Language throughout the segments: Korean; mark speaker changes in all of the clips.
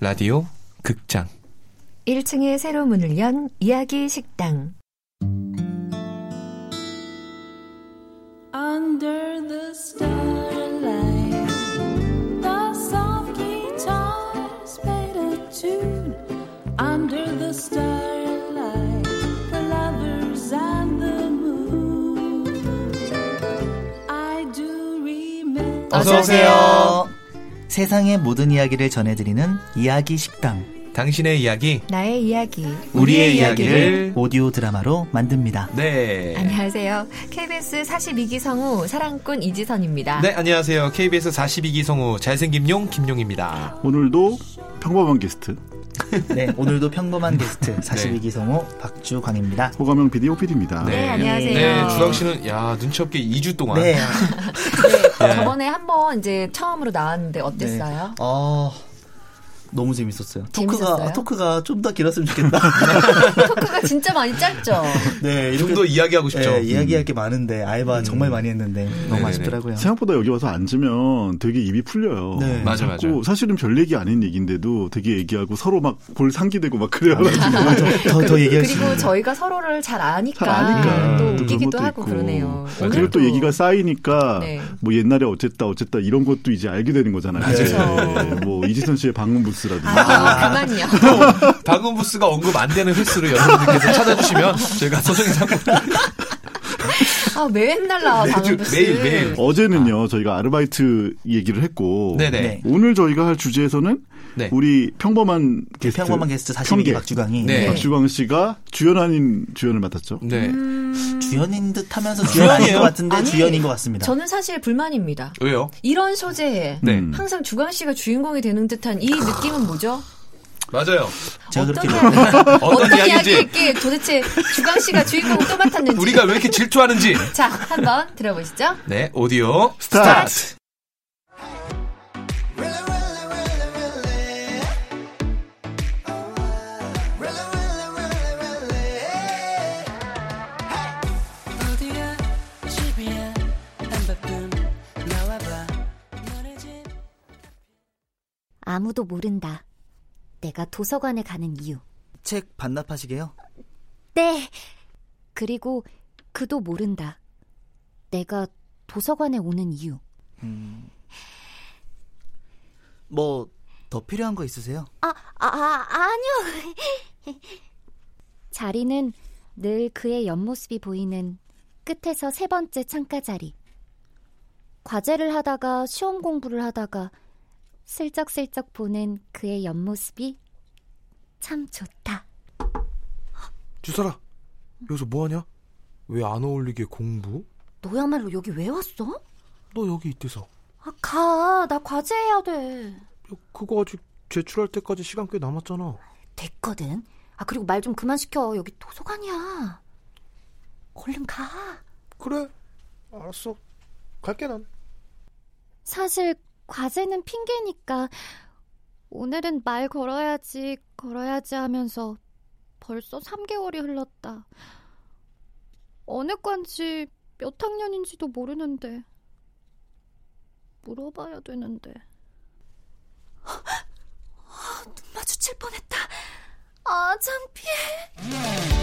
Speaker 1: 라디오 극장
Speaker 2: 1층에 새로 문을 연 이야기 식당.
Speaker 3: Under the starlight, the soft guitars played a tune. Under the starlight, the lovers and the moon. I do remember.
Speaker 1: 어서 오세요.
Speaker 4: 세상의 모든 이야기를 전해드리는 이야기 식당
Speaker 1: 당신의 이야기
Speaker 2: 나의 이야기.
Speaker 1: 우리의 이야기를
Speaker 4: 오디오 드라마로 만듭니다.
Speaker 1: 네.
Speaker 2: 안녕하세요. KBS 42기 성우 사랑꾼 이지선입니다.
Speaker 1: 네, 안녕하세요. KBS 42기 성우 잘생김용 김용입니다.
Speaker 5: 오늘도 평범한 게스트
Speaker 4: 네, 오늘도 평범한 게스트 42기 성우 박주광입니다.
Speaker 5: 호감형 PD 오피디입니다.
Speaker 2: 네, 안녕하세요.
Speaker 1: 네, 주광 씨는 야, 눈치 없게 2주 동안
Speaker 4: 네,
Speaker 2: 네, 저번에 한번 이제 처음으로 나왔는데 어땠어요?
Speaker 4: 어, 너무 재밌었어요. 토크가
Speaker 2: 재밌었어요?
Speaker 4: 토크가 좀 더 길었으면 좋겠다.
Speaker 2: 그 토크가 진짜 많이 짧죠?
Speaker 4: 네,
Speaker 1: 좀 더 이야기하고 싶죠.
Speaker 4: 네,
Speaker 2: 예.
Speaker 4: 이야기할 게 많은데 아이바 정말 많이 했는데 너무 아쉽더라고요.
Speaker 5: 생각보다 여기 와서 앉으면 되게 입이 풀려요.
Speaker 4: 네.
Speaker 1: 맞아,
Speaker 5: 자꾸
Speaker 1: 맞아.
Speaker 5: 사실은 별 얘기 아닌 얘기인데도 되게 얘기하고 서로 막 볼 상기되고 막 그래요.
Speaker 4: 더 더 얘기할 수
Speaker 2: 그리고
Speaker 4: 있는.
Speaker 2: 저희가 서로를 잘 아니까,
Speaker 5: 잘 아니까
Speaker 2: 또
Speaker 5: 또 그런
Speaker 2: 웃기기도
Speaker 5: 것도
Speaker 2: 하고
Speaker 5: 있고.
Speaker 2: 그러네요.
Speaker 5: 그리고
Speaker 2: 오늘도-
Speaker 5: 또 얘기가 쌓이니까
Speaker 2: 네.
Speaker 5: 뭐 옛날에 어쨌다 어쨌다 이런 것도 이제 알게 되는 거잖아요.
Speaker 2: 맞아요.
Speaker 5: 네, 뭐 이지선 씨의 방문 부스라든지
Speaker 2: 아, 그만요.
Speaker 1: 방금 부스가 언급 안 되는 횟수를 여러분들께서 찾아주시면 저희가 소정의 상품
Speaker 2: 아, 맨날 나와,
Speaker 1: 매주,
Speaker 2: 방음부스.
Speaker 1: 매일, 매일.
Speaker 5: 어제는요 저희가 아르바이트 얘기를 했고
Speaker 1: 네네.
Speaker 4: 네.
Speaker 5: 오늘 저희가 할 주제에서는
Speaker 1: 네.
Speaker 5: 우리 평범한 게스트
Speaker 4: 그 평범한 게스트 42기
Speaker 5: 평계.
Speaker 4: 박주광이
Speaker 1: 네.
Speaker 5: 박주광 씨가 주연 아닌 주연을 맡았죠.
Speaker 1: 네.
Speaker 2: 음.
Speaker 4: 주연인 듯하면서 주연 아닌
Speaker 1: 주연이에요?
Speaker 4: 것 같은데
Speaker 2: 아니,
Speaker 4: 주연인 것 같습니다.
Speaker 2: 저는 사실 불만입니다.
Speaker 1: 왜요?
Speaker 2: 이런 소재에
Speaker 1: 네.
Speaker 5: 음.
Speaker 2: 항상 주광 씨가 주인공이 되는 듯한 이 느낌은 뭐죠?
Speaker 1: 맞아요.
Speaker 4: 제가
Speaker 2: 어떤
Speaker 4: 그렇게
Speaker 2: 이야기,
Speaker 1: 어떤
Speaker 2: 어떤
Speaker 1: 이야기인지
Speaker 2: 이야기일게 도대체 주광 씨가 주인공을 또 맡았는지.
Speaker 1: 우리가 왜 이렇게 질투하는지.
Speaker 2: 자, 한번 들어보시죠.
Speaker 1: 네, 오디오
Speaker 5: 스타트!
Speaker 1: 스타트.
Speaker 3: 어디가 집이야 안 바쁨 나와봐 너네 집
Speaker 6: 아무도 모른다. 내가 도서관에 가는 이유.
Speaker 4: 책 반납하시게요?
Speaker 6: 네. 그리고 그도 모른다. 내가 도서관에 오는 이유.
Speaker 4: 뭐 더 필요한 거 있으세요?
Speaker 6: 아, 아, 아 아니요. 자리는 늘 그의 옆모습이 보이는 끝에서 세 번째 창가 자리. 과제를 하다가 시험 공부를 하다가 슬쩍슬쩍 보는 그의 옆모습이 참 좋다.
Speaker 7: 주설아 여기서 뭐하냐? 왜 안 어울리게 공부?
Speaker 6: 너야말로 여기 왜 왔어?
Speaker 7: 너 여기 있대서
Speaker 6: 아, 가. 나 과제해야 돼.
Speaker 7: 야, 그거 아직 제출할 때까지 시간 꽤 남았잖아
Speaker 6: 됐거든. 아, 그리고 말 좀 그만 시켜. 여기 도서관이야. 얼른 가.
Speaker 7: 그래 알았어 갈게 난
Speaker 6: 사실 과제는 핑계니까 오늘은 말 걸어야지, 걸어야지 하면서 벌써 3개월이 흘렀다. 어느 과인지 몇 학년인지도 모르는데 물어봐야 되는데. 아, 눈 마주칠 뻔했다. 아, 창피해.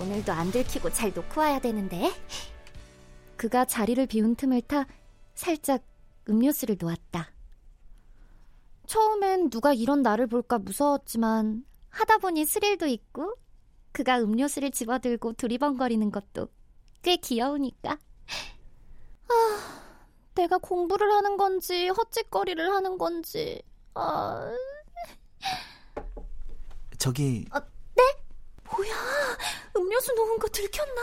Speaker 6: 오늘도 안 들키고 잘 놓고 와야 되는데. 그가 자리를 비운 틈을 타 살짝 음료수를 놓았다. 처음엔 누가 이런 나를 볼까 무서웠지만 하다 보니 스릴도 있고 그가 음료수를 집어들고 두리번거리는 것도 꽤 귀여우니까. 아, 내가 공부를 하는 건지 헛짓거리를 하는 건지. 아,
Speaker 4: 저기
Speaker 6: 뭐야? 음료수 놓은 거 들켰나?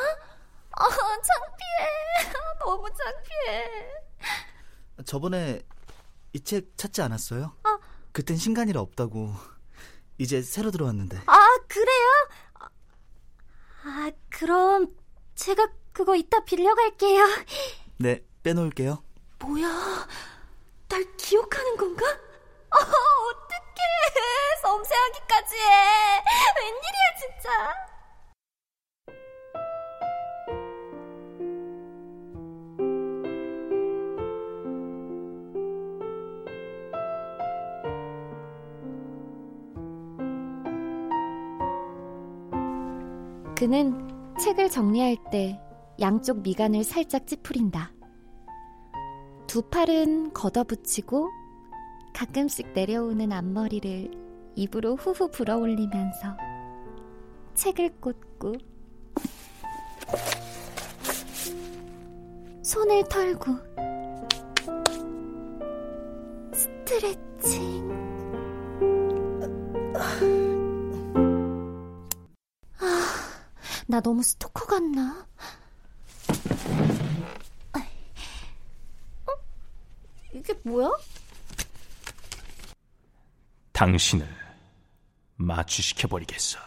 Speaker 6: 아, 창피해. 아, 너무 창피해.
Speaker 4: 저번에 이 책 찾지 않았어요?
Speaker 6: 아.
Speaker 4: 그땐 신간이라 없다고 이제 새로 들어왔는데
Speaker 6: 아, 그래요? 아, 그럼 제가 그거 이따 빌려갈게요.
Speaker 4: 네 빼놓을게요
Speaker 6: 뭐야? 날 기억하는 건가? 아, 어떡해. 엄세하기까지 해. 웬일이야 진짜. 그는 책을 정리할 때 양쪽 미간을 살짝 찌푸린다. 두 팔은 걷어붙이고 가끔씩 내려오는 앞머리를 입으로 후후 불어올리면서 책을 꽂고 손을 털고 스트레칭 아, 나 너무 스토커 같나? 아이. 어? 이게 뭐야?
Speaker 8: 당신을 마취시켜 버리겠어.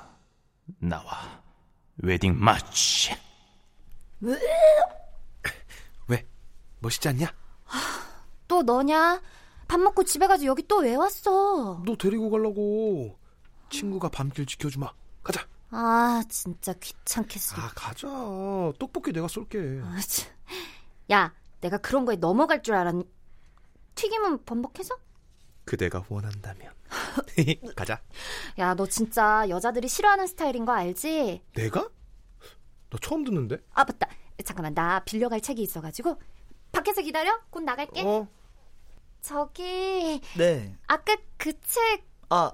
Speaker 8: 나와 웨딩 마취.
Speaker 7: 왜? 멋있지 않냐?
Speaker 6: 또 너냐? 밥 먹고 집에 가서 여기 또 왜 왔어?
Speaker 7: 너 데리고 가려고. 친구가 밤길 지켜주마. 가자.
Speaker 6: 아, 진짜 귀찮겠어.
Speaker 7: 아, 가자. 떡볶이 내가 쏠게.
Speaker 6: 아, 참. 야, 내가 그런 거에 넘어갈 줄 알았니? 튀김은 번복해서?
Speaker 7: 그대가 원한다면. 가자.
Speaker 6: 야, 너 진짜 여자들이 싫어하는 스타일인 거 알지?
Speaker 7: 내가? 너 처음 듣는데?
Speaker 6: 아, 맞다. 잠깐만, 나 빌려갈 책이 있어가지고. 밖에서 기다려? 곧 나갈게.
Speaker 7: 어?
Speaker 6: 저기,
Speaker 4: 네.
Speaker 6: 아까 그 책
Speaker 4: 아,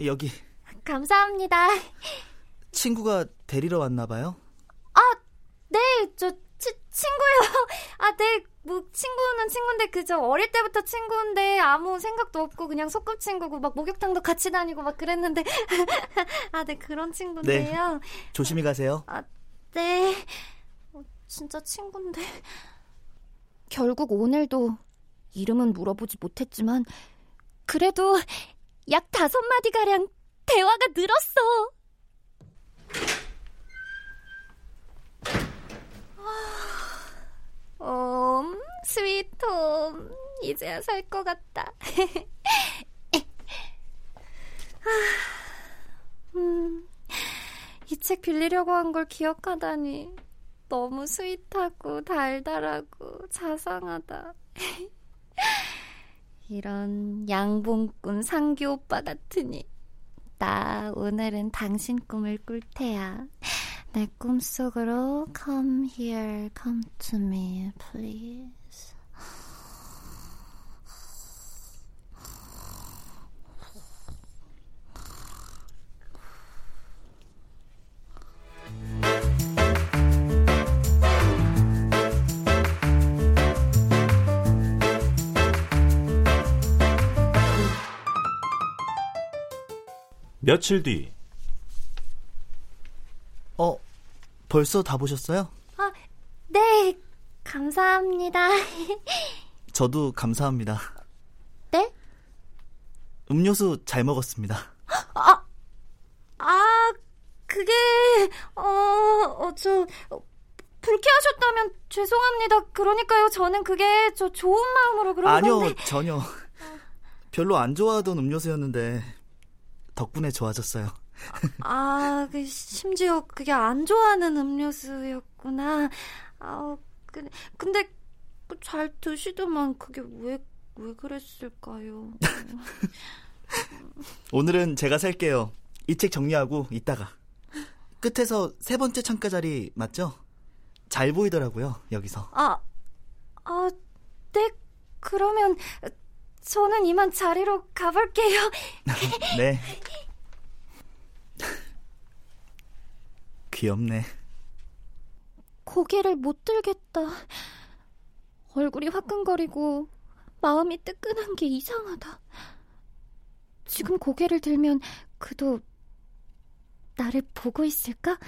Speaker 4: 여기
Speaker 6: 감사합니다.
Speaker 4: 친구가 데리러 왔나 봐요.
Speaker 6: 네, 저 치- 친구요. 아, 네, 뭐 친구는 친구인데 그저 어릴 때부터 친구인데 아무 생각도 없고 그냥 소꿉친구고 막 목욕탕도 같이 다니고 막 그랬는데 아, 네 그런 친구인데요.
Speaker 4: 조심히 가세요.
Speaker 6: 네, 어, 진짜 친구인데. 결국 오늘도 이름은 물어보지 못했지만 그래도 약 다섯 마디 가량 대화가 늘었어. 옴, 아, 스윗홈. 이제야 살 것 같다. 이 책 빌리려고 한 걸 기억하다니. 너무 스윗하고 달달하고 자상하다. 이런 양봉꾼 상규 오빠 같으니. 나 오늘은 당신 꿈을 꿀 테야. 내 꿈속으로 come here, come to me, please.
Speaker 8: 며칠 뒤
Speaker 4: 어, 벌써 다 보셨어요?
Speaker 6: 네, 감사합니다.
Speaker 4: 저도 감사합니다.
Speaker 6: 네?
Speaker 4: 음료수 잘 먹었습니다.
Speaker 6: 아, 그게 어, 어, 저 어, 불쾌하셨다면 죄송합니다. 그러니까요. 저는 그게 저 좋은 마음으로 그런
Speaker 4: 아니요,
Speaker 6: 건데.
Speaker 4: 전혀. 별로 안 좋아하던 음료수였는데 덕분에 좋아졌어요.
Speaker 6: 아, 그 심지어 그게 안 좋아하는 음료수였구나. 아우, 그, 근데 그잘 드시더만 그게 왜 왜 그랬을까요?
Speaker 4: 오늘은 제가 살게요. 이 책 정리하고 이따가. 끝에서 세 번째 창가 자리 맞죠? 잘 보이더라고요, 여기서.
Speaker 6: 아, 아, 네, 그러면 저는 이만 자리로 가볼게요.
Speaker 4: 네. 귀엽네.
Speaker 6: 고개를 못 들겠다. 얼굴이 화끈거리고 마음이 뜨끈한 게 이상하다. 지금 고개를 들면 그도 나를 보고 있을까?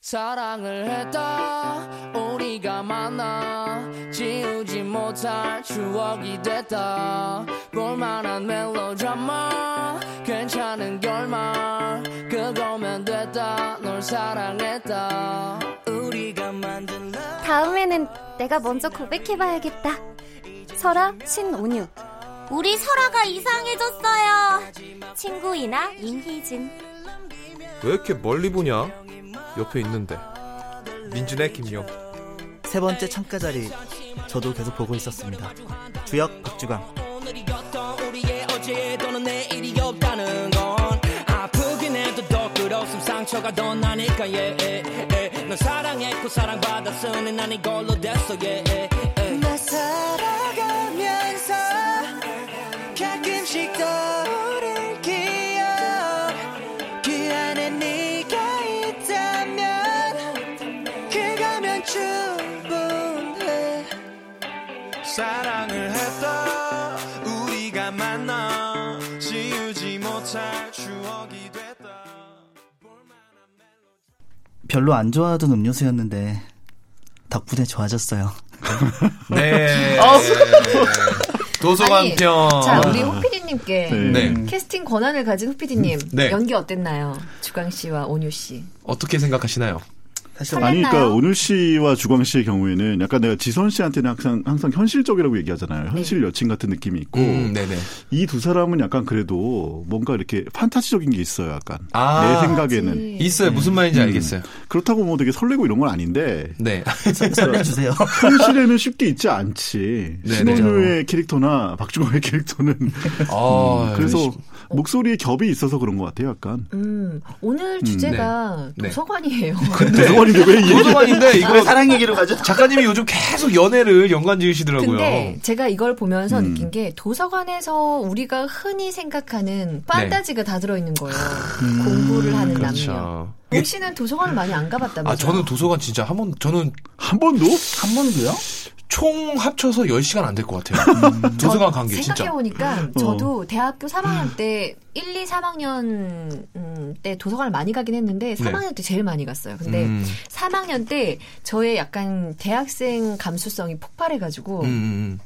Speaker 3: 사랑을 했다 우리가 만나 지우지 못할 추억이 됐다 볼만한 멜로드라마 괜찮은 결말 그거면 됐다 널 사랑했다 우리가 만든 love
Speaker 6: 다음에는 내가 먼저 고백해봐야겠다. 설아, 신온유. 우리 설아가 이상해졌어요. 친구이나 임희진.
Speaker 7: 왜 이렇게 멀리 보냐? 옆에 있는데.
Speaker 1: 민준의 김용.
Speaker 4: 세 번째 창가 자리 저도 계속 보고 있었습니다. 주역 박주광.
Speaker 3: 오늘이었던 우리의 어제 또는 내일이 없다는 건 아프긴 해도 더 끝없음 상처가 더 나니까 예, 예, 예. 널 사랑했고 사랑받았으니 난 이걸로 됐어 예, 예, 예. 나 살아가면서 가끔씩 떠오른 기억 그 안에 네가 있다면 그거면 충분해 사랑을 했다 우리가 만나 지우지 못할 추억이 됐다
Speaker 4: 별로 안 좋아하던 음료수였는데 덕분에 좋아졌어요.
Speaker 1: 네. 도서관
Speaker 2: 아, 아니, 자, 음.
Speaker 1: 편.
Speaker 2: 우리 호피디님께
Speaker 1: 네.
Speaker 2: 캐스팅 권한을 가진 호피디님
Speaker 1: 네.
Speaker 2: 연기 어땠나요? 주광 씨와 온유 씨.
Speaker 1: 어떻게 생각하시나요?
Speaker 4: 사실
Speaker 2: 설렜나요?
Speaker 5: 아니, 그러니까 온유 씨와 주광 씨의 경우에는 약간 내가 지선 씨한테는 항상 항상 현실적이라고 얘기하잖아요. 현실 여친 같은 느낌이 있고
Speaker 1: 네. 음,
Speaker 2: 음.
Speaker 1: 네네.
Speaker 5: 이 두 사람은 약간 그래도 뭔가 이렇게 판타지적인 게 있어요. 약간
Speaker 1: 아.
Speaker 5: 내 생각에는
Speaker 1: 있어요. 무슨 말인지 알겠어요.
Speaker 5: 그렇다고 뭐 되게 설레고 이런 건 아닌데
Speaker 1: 네.
Speaker 4: 설레주세요.
Speaker 5: 현실에는 쉽게 있지 않지.
Speaker 1: 네,
Speaker 5: 신원우의 캐릭터나 박주광의 캐릭터는
Speaker 1: 아,
Speaker 5: 음. 그래서 목소리에 겹이 있어서 그런 것 같아요. 약간
Speaker 2: 음, 오늘 주제가
Speaker 1: 네.
Speaker 2: 도서관이에요.
Speaker 5: 대성원인데 왜 이 얘기?
Speaker 1: 도서관인데 이거
Speaker 4: 사랑 얘기로 가죠.
Speaker 1: 작가님이 요즘 계속 연애를 연관 지으시더라고요. 음.
Speaker 2: 근데 제가 이걸 보면서 느낀 게 도서관에서 우리가 흔히 생각하는 판타지가 다 들어있는 거예요. 공부를 하는
Speaker 1: 음,
Speaker 2: 남녀.
Speaker 1: 그렇죠.
Speaker 2: 옥 씨는 도서관을 많이 안 가봤다면서요?
Speaker 1: 아 저는 도서관 진짜 한 번 저는
Speaker 5: 한 번도?
Speaker 4: 한 번도요?
Speaker 1: 총 합쳐서 10시간 안 될 것 같아요.
Speaker 2: 음.
Speaker 1: 도서관 간 게 진짜. 음. 어.
Speaker 2: 생각해보니까 저도 대학교 3학년 때 1, 2, 3학년 음, 때 도서관을 많이 가긴 했는데 3학년 때 제일 많이 갔어요. 근데
Speaker 1: 네. 음.
Speaker 2: 3학년 때 저의 약간 대학생 감수성이 폭발해가지고
Speaker 1: 음, 음, 음.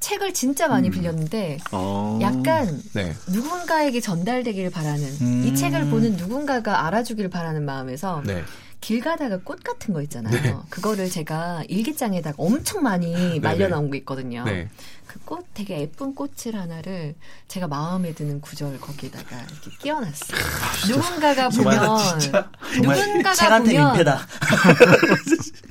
Speaker 2: 책을 진짜 많이 빌렸는데
Speaker 5: 어.
Speaker 2: 약간
Speaker 1: 네.
Speaker 2: 누군가에게 전달되기를 바라는 이 책을 보는 누군가가 알아주길 바라는 마음에서
Speaker 1: 음. 네.
Speaker 2: 길 가다가 꽃 같은 거 있잖아요. 그거를 제가 일기장에다가 엄청 많이 말려 놓은 거 있거든요.
Speaker 1: 네.
Speaker 2: 그 꽃 되게 예쁜 꽃을 하나를 제가 마음에 드는 구절 거기다가 이렇게 끼워놨어요. 누군가가
Speaker 4: 정말,
Speaker 2: 보면 누군가가
Speaker 4: 책한테
Speaker 2: 보면
Speaker 4: 민폐다.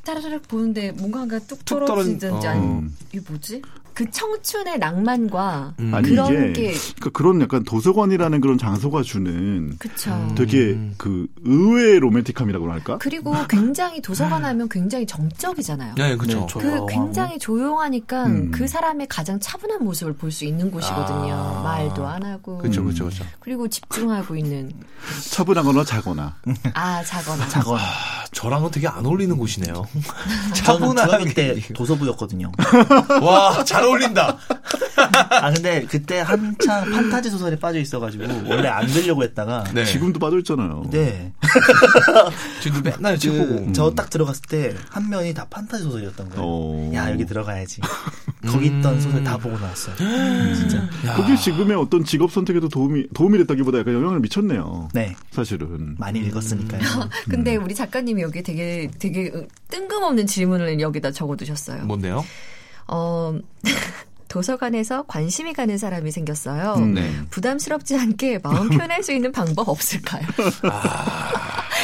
Speaker 2: 따르르 보는데 뭔가가 뚝
Speaker 1: 뚝
Speaker 2: 떨어지든지
Speaker 1: 떨어진- 어.
Speaker 2: 아니면 이게 뭐지? 그 청춘의 낭만과
Speaker 1: 음.
Speaker 5: 아니
Speaker 2: 그런
Speaker 5: 이게
Speaker 2: 게
Speaker 5: 그러니까 그런 약간 도서관이라는 그런 장소가 주는
Speaker 2: 그쵸.
Speaker 5: 되게 그 의외의 로맨틱함이라고 할까?
Speaker 2: 그리고 굉장히 도서관 하면 굉장히 정적이잖아요.
Speaker 1: 네, 그렇죠.
Speaker 2: 그 굉장히 조용하니까
Speaker 5: 음.
Speaker 2: 그 사람의 가장 차분한 모습을 볼 수 있는 곳이거든요.
Speaker 1: 아.
Speaker 2: 말도 안 하고.
Speaker 1: 그렇죠. 그렇죠. 그렇죠.
Speaker 2: 그리고 집중하고 있는
Speaker 5: 차분하거나 자거나.
Speaker 2: 아 자거나
Speaker 1: 아, 저랑은 되게 안 어울리는 곳이네요.
Speaker 4: 저는
Speaker 1: 차분하게.
Speaker 4: 중학교 때 도서부였거든요.
Speaker 1: 와, 잘 어울린다.
Speaker 4: 아 근데 그때 한창 판타지 소설에 빠져 있어가지고 원래 안 들려고 했다가
Speaker 1: 네. 지금
Speaker 5: 지금도 빠져있잖아요.
Speaker 4: 네.
Speaker 5: 그
Speaker 1: 지금 맨날 책 보고.
Speaker 4: 그 저 딱 들어갔을 때 한 면이 다 판타지 소설이었던 거예요.
Speaker 5: 어. 음.
Speaker 4: 야 여기 들어가야지. 거기 있던 소설 다 보고 나왔어요. 진짜.
Speaker 5: 그게 지금의 어떤 직업 선택에도 도움이 도움이 됐다기보다 약간 영향을 미쳤네요.
Speaker 4: 네.
Speaker 5: 사실은.
Speaker 4: 많이 읽었으니까요.
Speaker 2: 근데
Speaker 1: 음.
Speaker 2: 우리 작가님이 여기 되게 되게 뜬금없는 질문을 여기다 적어두셨어요.
Speaker 1: 뭔데요?
Speaker 2: 어 도서관에서 관심이 가는 사람이 생겼어요.
Speaker 5: 음.
Speaker 1: 네.
Speaker 2: 부담스럽지 않게 마음 표현할 수 있는 방법 없을까요?
Speaker 1: 아.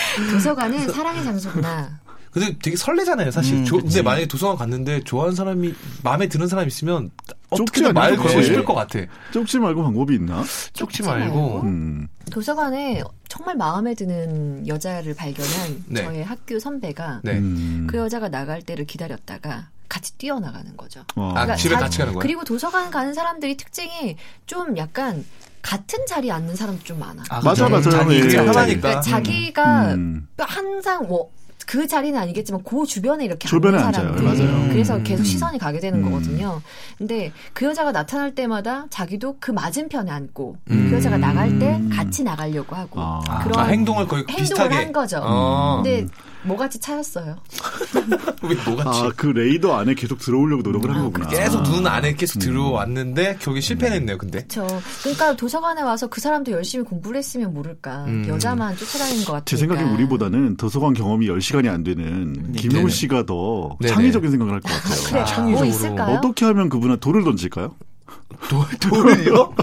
Speaker 2: 도서관은 사랑의 장소구나.
Speaker 1: 근데 되게 설레잖아요, 사실.
Speaker 4: 음,
Speaker 1: 조-
Speaker 4: 그치.
Speaker 1: 근데 만약에 도서관 갔는데 좋아하는 사람이 마음에 드는 사람 이 있으면
Speaker 5: 쪽지
Speaker 1: 어떻게든 말
Speaker 5: 아니에요,
Speaker 1: 걸고
Speaker 5: 그치?
Speaker 1: 싶을 것 같아.
Speaker 5: 쪽지 말고 방법이 있나?
Speaker 2: 어.
Speaker 1: 쪽지
Speaker 2: 말고.
Speaker 1: 말고.
Speaker 5: 음.
Speaker 2: 도서관에 정말 마음에 드는 여자를 발견한
Speaker 1: 네.
Speaker 2: 저의 학교 선배가
Speaker 1: 네.
Speaker 5: 음.
Speaker 2: 그 여자가 나갈 때를 기다렸다가 같이 뛰어나가는 거죠.
Speaker 5: 어.
Speaker 1: 아,
Speaker 2: 그러니까
Speaker 1: 집에
Speaker 2: 자-
Speaker 1: 같이 가는 거예요?
Speaker 2: 그리고 도서관 가는 사람들이 특징이 좀 약간 같은 자리에 앉는 사람도 좀 많아.
Speaker 5: 맞아, 맞아.
Speaker 1: 자기
Speaker 5: 예.
Speaker 1: 그게
Speaker 2: 그러니까
Speaker 1: 하나니까.
Speaker 2: 자기가
Speaker 5: 음.
Speaker 2: 항상 뭐, 그 자리는 아니겠지만 그 주변에 이렇게
Speaker 5: 주변에
Speaker 2: 앉는
Speaker 5: 앉아요.
Speaker 2: 사람들
Speaker 5: 맞아요.
Speaker 2: 그래서
Speaker 1: 음.
Speaker 2: 계속 시선이 가게 되는
Speaker 5: 음.
Speaker 2: 거거든요. 근데 그 여자가 나타날 때마다 자기도 그 맞은편에 앉고
Speaker 1: 음.
Speaker 2: 그 여자가 나갈 때 같이 나가려고 하고
Speaker 5: 아.
Speaker 1: 아,
Speaker 2: 그런
Speaker 1: 행동을 거의
Speaker 2: 행동을
Speaker 1: 비슷하게.
Speaker 2: 한 거죠.
Speaker 1: 어.
Speaker 2: 근데 뭐같이 차였어요.
Speaker 1: 왜 뭐같이?
Speaker 5: 아, 그 레이더 안에 계속 들어오려고 노력을 한 거구나.
Speaker 1: 아, 그 계속 눈 안에 계속 들어왔는데 결국에 실패했네요. 근데
Speaker 2: 그렇죠. 그러니까 도서관에 와서 그 사람도 열심히 공부를 했으면 모를까.
Speaker 1: 음.
Speaker 2: 여자만 쫓아다니는 것 같아요.
Speaker 5: 제 생각엔 우리보다는 도서관 경험이 10시간이 안 되는 김용
Speaker 1: 네네.
Speaker 5: 씨가 더
Speaker 1: 네네.
Speaker 5: 창의적인 생각을 할 것 같아요.
Speaker 2: 그래,
Speaker 1: 창의적으로.
Speaker 2: 뭐 있을까요?
Speaker 5: 어떻게 하면 그분은 돌을 던질까요?
Speaker 1: 도, 돌이요?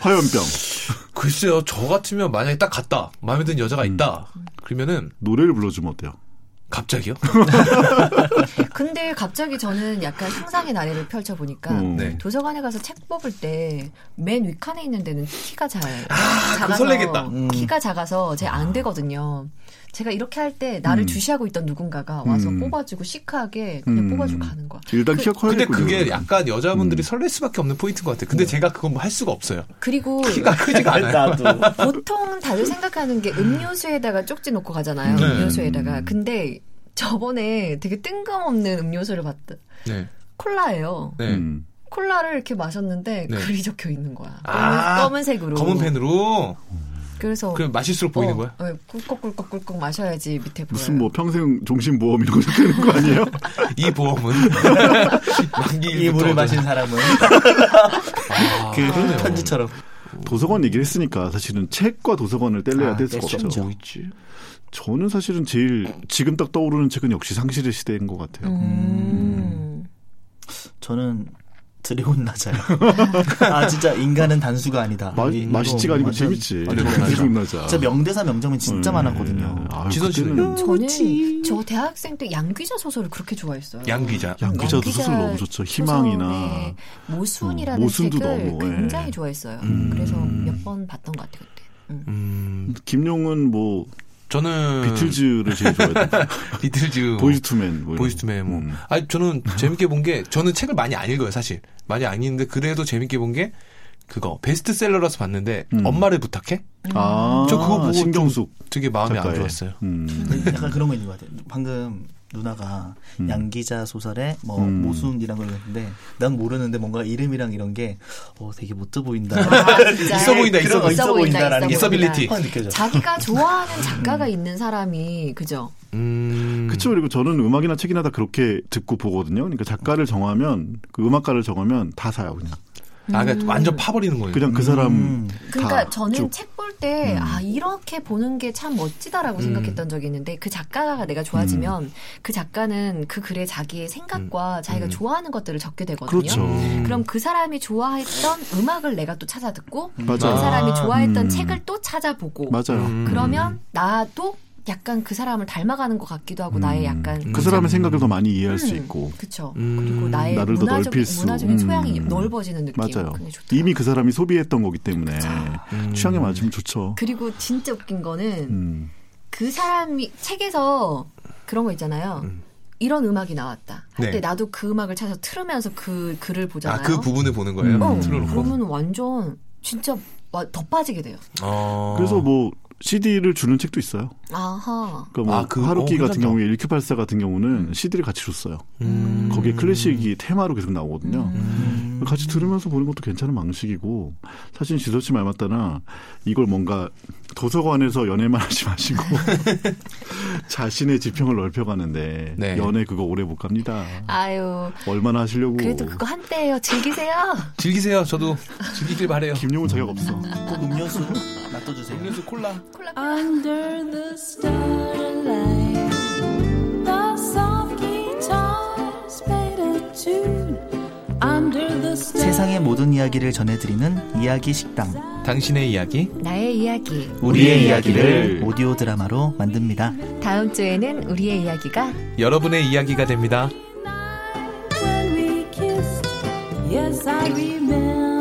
Speaker 5: 화염병.
Speaker 1: 글쎄요. 저 같으면 만약에 딱 갔다. 마음에 드는 여자가 있다. 그러면은
Speaker 5: 노래를 불러주면 어때요?
Speaker 1: 갑자기요?
Speaker 2: 네, 근데 갑자기 저는 약간 상상의 나래를 펼쳐보니까
Speaker 5: 음.
Speaker 1: 네.
Speaker 2: 도서관에 가서 책 뽑을 때 맨 위칸에 있는 데는 키가 잘
Speaker 1: 그거
Speaker 2: 작아서
Speaker 1: 설레겠다.
Speaker 2: 키가 작아서 제 안 되거든요. 제가 이렇게 할 때 나를
Speaker 5: 음.
Speaker 2: 주시하고 있던 누군가가 와서
Speaker 5: 음.
Speaker 2: 뽑아주고 시크하게 그냥
Speaker 5: 음.
Speaker 2: 뽑아주고 가는 거야.
Speaker 5: 일단 키가
Speaker 1: 근데
Speaker 5: 커야겠군요.
Speaker 1: 그게 약간 여자분들이
Speaker 5: 음.
Speaker 1: 설렐 수밖에 없는 포인트인 것 같아요. 근데 제가 그건 뭐할 수가 없어요.
Speaker 2: 그리고
Speaker 1: 키가 크지가 않아요.
Speaker 4: 나도.
Speaker 2: 보통 다들 생각하는 게 음료수에다가 쪽지 놓고 가잖아요.
Speaker 1: 네.
Speaker 2: 음료수에다가. 근데 저번에 되게 뜬금없는 음료수를 봤다.
Speaker 1: 네.
Speaker 2: 콜라예요.
Speaker 1: 네.
Speaker 5: 음.
Speaker 2: 콜라를 이렇게 마셨는데
Speaker 1: 네.
Speaker 2: 글이 적혀 있는 거야.
Speaker 1: 아,
Speaker 2: 검은, 색으로
Speaker 1: 검은 펜으로
Speaker 2: 그래서
Speaker 1: 그럼 마실수록 보이는 거야?
Speaker 2: 네, 꿀꺽꿀꺽꿀꺽 마셔야지 밑에 보여요.
Speaker 5: 무슨 뭐
Speaker 1: 네.
Speaker 5: 평생 종신보험 이런 거 적는 거 아니에요?
Speaker 1: 이 보험은 만기
Speaker 4: 이 물을 마신 사람은
Speaker 1: 아,
Speaker 4: 그
Speaker 1: 그러네요.
Speaker 4: 편지처럼.
Speaker 5: 도서관 얘기를 했으니까 사실은 책과 도서관을 뗄래야
Speaker 4: 아,
Speaker 5: 뗄 수가
Speaker 4: 뗄수
Speaker 5: 없죠.
Speaker 4: 없죠.
Speaker 7: 있지?
Speaker 5: 저는 사실은 제일 지금 딱 떠오르는 책은 역시 상실의 시대인 것 같아요.
Speaker 2: 음.
Speaker 4: 저는 드래곤 나자요. 아 진짜 인간은 단수가 아니다.
Speaker 5: 마,
Speaker 4: 이- 이거
Speaker 5: 맛있지가 아니고
Speaker 4: 완전-
Speaker 5: 재밌지.
Speaker 4: 완전
Speaker 1: 예. 맞아.
Speaker 5: 드래곤 나자.
Speaker 4: 진짜 명대사 명장면 진짜
Speaker 5: 어. 음.
Speaker 4: 많았거든요.
Speaker 5: 아유,
Speaker 1: 지선 씨는요?
Speaker 5: 그때는
Speaker 2: 저는 저 대학생 때 양귀자 소설을 그렇게 좋아했어요.
Speaker 1: 양 기자.
Speaker 5: 양기자도
Speaker 2: 양귀자
Speaker 5: 소설 너무 좋죠. 희망이나
Speaker 2: 소설의 네. 모순이라는
Speaker 5: 음, 모순도
Speaker 2: 책을
Speaker 5: 너무, 예. 음.
Speaker 2: 굉장히 좋아했어요. 그래서 몇 번 봤던 것 같아요 그때. 음.
Speaker 1: 음,
Speaker 5: 김용은 뭐
Speaker 1: 저는
Speaker 5: 비틀즈를 제일 좋아했던
Speaker 1: 비틀즈
Speaker 5: 보이즈투맨 뭐 이런
Speaker 1: 보이스투맨 뭐.
Speaker 5: 음.
Speaker 1: 아니 저는 재밌게 본 게 저는 책을 많이 안 읽어요 사실 많이 안 읽는데 그래도 재밌게 본 게 그거 베스트셀러라서 봤는데
Speaker 5: 음.
Speaker 1: 엄마를 부탁해
Speaker 5: 아,
Speaker 1: 저 그거 보고
Speaker 5: 신경숙
Speaker 1: 되게 마음에 안
Speaker 5: 작가의.
Speaker 1: 들었어요.
Speaker 5: 음.
Speaker 4: 근데 약간 그런 거 있는 것 같아요. 방금 누나가
Speaker 5: 음.
Speaker 4: 양기자 소설의 뭐
Speaker 5: 음.
Speaker 4: 모순이란 걸 했는데 난 모르는데 뭔가 이름이랑 이런 게 어, 되게 멋져 보인다.
Speaker 2: 아, 진짜.
Speaker 1: 있어 보인다, 있어
Speaker 4: 그런 거
Speaker 1: 보인다.
Speaker 4: 있어 보인다라는 게
Speaker 2: 있어 보인다.
Speaker 1: 있어빌리티.
Speaker 4: 확
Speaker 5: 네.
Speaker 4: 느껴져.
Speaker 2: 자기가 좋아하는 작가가 있는 사람이 그죠?
Speaker 1: 음.
Speaker 5: 그쵸 그리고 저는 음악이나 책이나 다 그렇게 듣고 보거든요. 그러니까 작가를 정하면 그 음악가를 정하면 다 사요 그냥.
Speaker 1: 아 그러니까 완전 파버리는 거예요.
Speaker 5: 그냥 그 사람
Speaker 4: 음.
Speaker 2: 그러니까
Speaker 5: 다
Speaker 2: 저는
Speaker 5: 쭉. 음.
Speaker 2: 책 볼 때 아 이렇게 보는 게 참 멋지다라고
Speaker 1: 음.
Speaker 2: 생각했던 적이 있는데 그 작가가 내가 좋아지면
Speaker 5: 음.
Speaker 2: 그 작가는 그 글에 자기의 생각과 자기가
Speaker 1: 음.
Speaker 2: 좋아하는 것들을 적게 되거든요.
Speaker 5: 그렇죠.
Speaker 1: 음.
Speaker 2: 그럼 그 사람이 좋아했던 음악을 내가 또 찾아 듣고 그
Speaker 5: 음. 맞아요.
Speaker 1: 아.
Speaker 2: 사람이 좋아했던
Speaker 5: 음.
Speaker 2: 책을 또 찾아보고
Speaker 5: 맞아요.
Speaker 1: 음.
Speaker 2: 그러면 나도 약간 그 사람을 닮아가는 것 같기도 하고 뭐 나의 약간
Speaker 5: 그 사람의 생각을 더 많이
Speaker 2: 음,
Speaker 5: 이해할 수 있고
Speaker 2: 그쵸
Speaker 1: 음.
Speaker 2: 그리고 나의
Speaker 5: 나를 더
Speaker 2: 문화적인
Speaker 5: 넓힐 수.
Speaker 2: 문화적인 소양이
Speaker 5: 음.
Speaker 2: 넓어지는 느낌
Speaker 5: 맞아요.
Speaker 2: 굉장히 좋다.
Speaker 5: 이미 그 사람이 소비했던 거기 때문에
Speaker 1: 음.
Speaker 5: 취향에 맞으면 좋죠.
Speaker 2: 그리고 진짜 웃긴 거는
Speaker 5: 음.
Speaker 2: 그 사람이 책에서 그런 거 있잖아요.
Speaker 5: 음.
Speaker 2: 이런 음악이 나왔다. 할
Speaker 1: 네.
Speaker 2: 때 나도 그 음악을 찾아서 틀으면서 그 글을 보잖아요.
Speaker 1: 아그 부분을 보는 거예요.
Speaker 5: 음.
Speaker 2: 어,
Speaker 1: 틀어놓고.
Speaker 2: 그러면 완전 진짜 와- 더 빠지게 돼요.
Speaker 1: 어.
Speaker 5: 그래서 뭐 CD를 주는 책도 있어요.
Speaker 2: 아하.
Speaker 5: 그러니까 뭐
Speaker 1: 아, 그-
Speaker 5: 하루키
Speaker 1: 어,
Speaker 5: 같은
Speaker 1: 괜찮다.
Speaker 5: 경우에 1984 같은 경우는 CD를 같이 줬어요.
Speaker 1: 음.
Speaker 5: 거기에 클래식이 테마로 계속 나오거든요. 같이 들으면서 보는 것도 괜찮은 방식이고 사실 지서씨 말 맞다나 이걸 뭔가 도서관에서 연애만 하지 마시고 자신의 지평을 넓혀가는데
Speaker 1: 네.
Speaker 5: 연애 그거 오래 못 갑니다.
Speaker 2: 아유.
Speaker 5: 얼마나 하시려고
Speaker 2: 그래도 그거 한때예요. 즐기세요.
Speaker 1: 즐기세요. 저도 즐기길 바래요.
Speaker 5: 김용은 자격 없어.
Speaker 4: 꼭 음료수 놔둬주세요.
Speaker 1: 음료수 콜라.
Speaker 2: 콜라
Speaker 9: Under the starlight, the soft guitars played a tune. Under the starlight,
Speaker 4: 세상의 모든 이야기를 전해드리는 이야기 식당
Speaker 1: 당신의 이야기.
Speaker 2: 나의 이야기.
Speaker 4: 우리의
Speaker 5: 이야기를
Speaker 4: 이야기를 오디오 드라마로 만듭니다.
Speaker 2: 다음 주에는 우리의 이야기가
Speaker 1: 여러분의 이야기가 됩니다.
Speaker 9: when we kissed, yes, I remember.